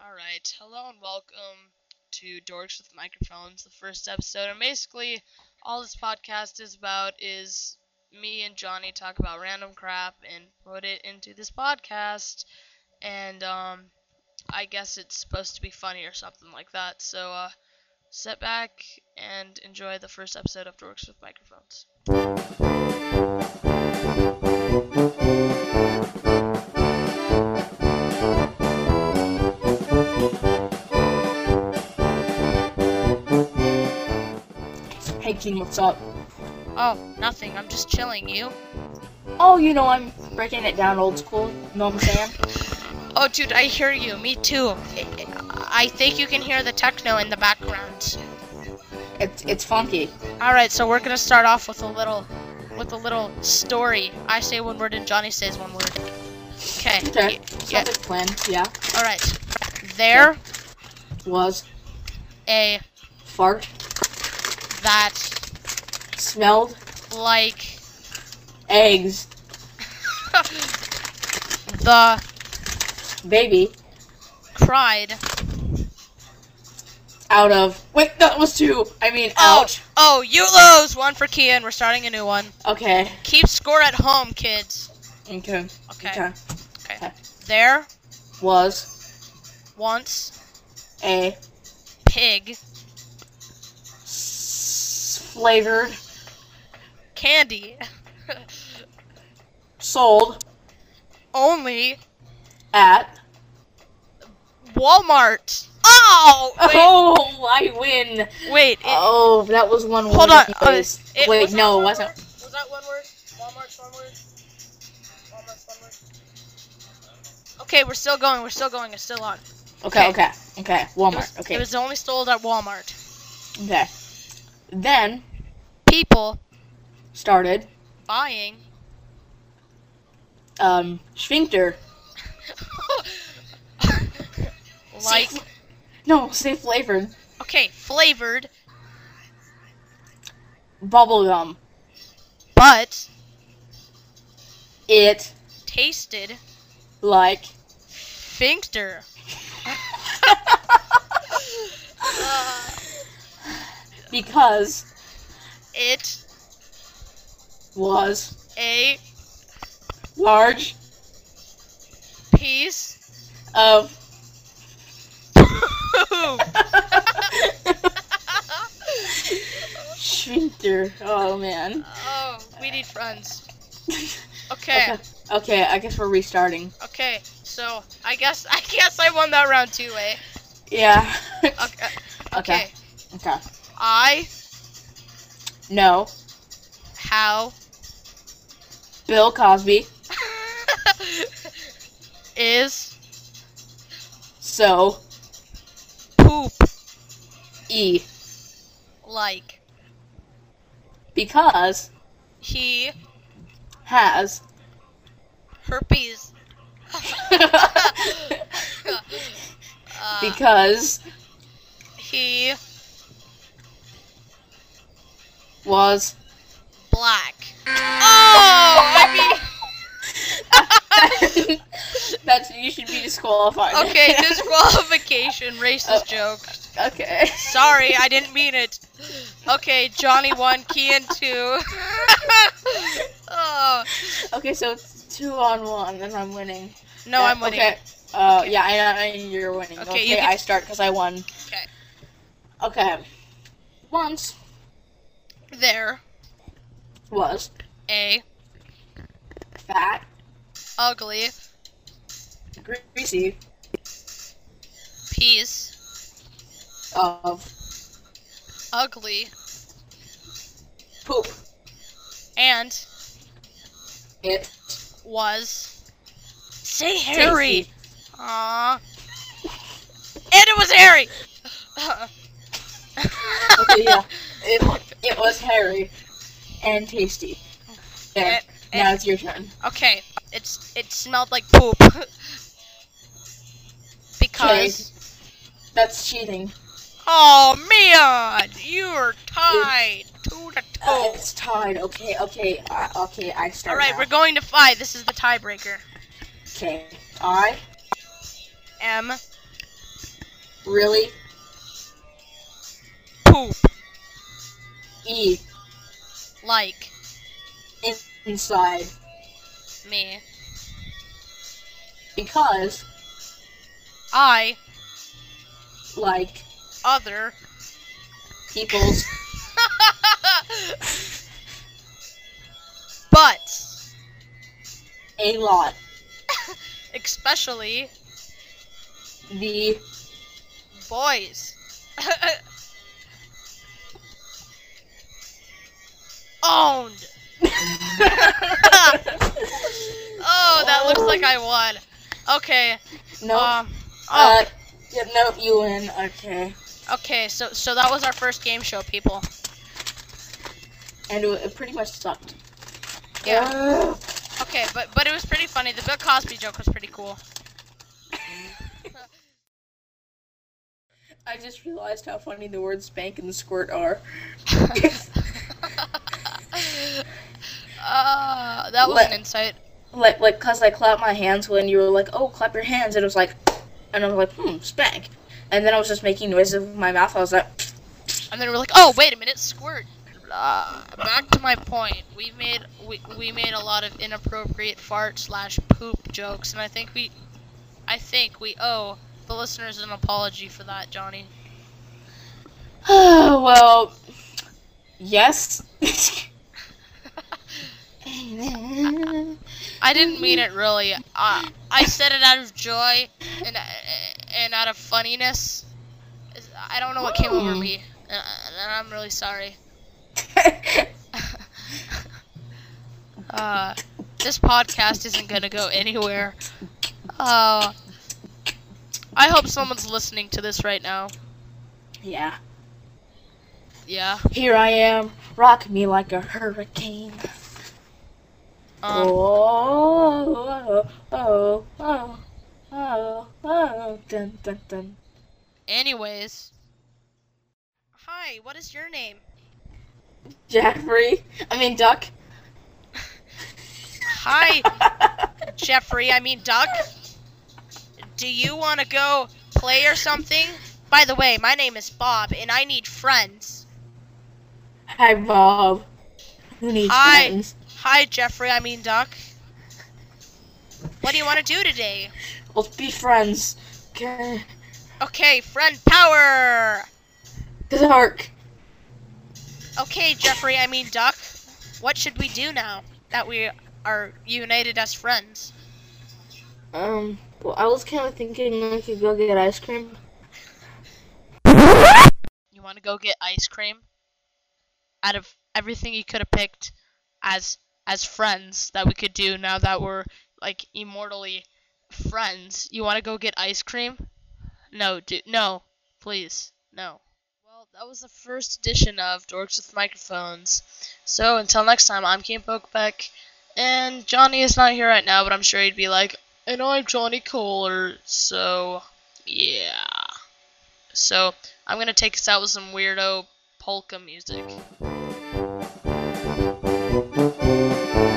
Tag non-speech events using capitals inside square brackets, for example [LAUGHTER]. All right. Hello and welcome to Dorks with Microphones, the first episode. And basically, all this podcast is about is me and Johnny talk about random crap and put it into this podcast. And um, I guess it's supposed to be funny or something like that. So uh, sit back and enjoy the first episode of Dorks with Microphones. Hey Keen, what's up? Oh, nothing. I'm just chilling. You? Oh, you know, I'm breaking it down old school. You know what I'm saying? Oh, dude, I hear you. Me too. I think you can hear the techno in the background. It's it's funky. All right, so we're gonna start off with a little, with a little story. I say one word and Johnny says one word. Okay. Okay. Yeah. Sounds like Flynn, yeah. All right. There Was a fart that smelled like [LAUGHS] eggs the baby cried. out of wait that was two. I mean Ouch. ouch. Oh, you lose one for Kian. We're starting a new one. Okay. Keep score at home, kids. Okay. Okay. Okay. There Was once a pig s- flavored candy [LAUGHS] sold only at [LAUGHS] Walmart. Oh. Wait. Oh I win. Wait. It, oh, that was one word. Hold on, uh, anyways. it- wait, was that no, one it wasn't. word? Was that one word? Walmart's one word. Walmart's one word. Okay, we're still going. We're still going. It's still on. Okay. Okay, okay, okay. It was, Walmart. Okay, It was only sold at Walmart. okay. Then People started buying. [LAUGHS] um sphincter. like Say fl- no, [LAUGHS] say flavored okay, flavored, bubblegum. but It tasted like [LAUGHS] finkter. Uh, because it was a large piece. of [LAUGHS] [LAUGHS] Oh, sphincter. Oh man. oh, we need friends. Okay. Okay, I guess we're restarting. Okay, so I guess [LAUGHS] I guess I won that round too, eh? Yeah. [LAUGHS] Okay. [LAUGHS] Okay. okay. okay. I No, how Bill Cosby. [LAUGHS] is So poop E like because he has [LAUGHS] [LAUGHS] herpes [LAUGHS] uh, because he was black. Oh, I mean. [LAUGHS] [LAUGHS] that's you should be disqualified. [LAUGHS] Okay, disqualification, racist joke. okay. Sorry, I didn't mean it. Okay, Johnny one, Kian two. [LAUGHS] oh, [LAUGHS] Okay, so it's two on one, and I'm winning. no, Yeah, I'm winning. Okay. Uh, Okay. yeah, I, I, you're winning. Okay, Okay, you can- I start because I won. Okay. Okay. Once There, was a fat, ugly greasy piece of ugly poop. and It was say tasty. Aww. And it was Harry. [LAUGHS] Okay, yeah. It, it was hairy and tasty. There. It- now it's your turn. okay, it's it smelled like poop [LAUGHS] because That's cheating. oh man, you're tied two to Uh, two. it's tied. Okay, okay, uh, okay. I Oh, start. All right, now. we're going to five. This is the tiebreaker. Okay. I M Really? Poop. E. Like In- inside. me. Because, I like, other. [LAUGHS] people's but a lot. especially [LAUGHS] The boys. [LAUGHS] Owned. [LAUGHS] Oh, that looks like I won. Okay. no. Um, oh, uh, yeah, no, you win. Okay. okay. So, so that was our first game show, people. And it, it pretty much sucked. Uh, Yeah. Okay, but but it was pretty funny. The Bill Cosby joke was pretty cool. I just realized how funny the words spank and squirt are. uh, that was an What? insight. like, like, cause I clapped my hands when you were like, "Oh, clap your hands," and it was like, and I was like, "Hmm, spank," and then I was just making noises with my mouth. I was like, And then we're like, oh wait a minute, squirt. Uh, back to my point. We made we, we made a lot of inappropriate fart slash poop jokes, and I think we, I think we owe the listeners an apology for that, Johnny. [SIGHS] "Well, yes." I didn't mean it really. I I said it out of joy and and out of funniness. I don't know what came over Hmm. me, and and I'm really sorry. Uh, this podcast isn't gonna go anywhere. Uh, I hope someone's listening to this right now. [LAUGHS] yeah, Yeah. here I am. Rock me like a hurricane. Um, oh, oh, oh, oh, oh, oh, dun, dun, dun. anyways. Hi. What is your name? Jeffrey, I mean Duck. [LAUGHS] Hi, Jeffrey. I mean Doug. Do you want to go play or something? By the way, my name is Bob, and I need friends. Hi, Bob. Who needs Hi. friends? Hi, Jeffrey. I mean Doug. What do you want to do today? Let's be friends. Okay. Okay, friend power. Dark. Okay, Jeffrey, I mean Duck. What should we do now that we are united as friends? Um, well, I was kind of thinking I could go get ice cream. You want to go get ice cream? Out of everything you could have picked as as friends that we could do now that we're like immortally friends, you want to go get ice cream? No, do no, please, no. Well, that was the first edition of Dorks with Microphones. So until next time, I'm Keem Pokebeck, and Johnny is not here right now, but I'm sure he'd be like, and I'm Johnny Kohler. So yeah. So I'm gonna take us out with some weirdo polka music. Thank you.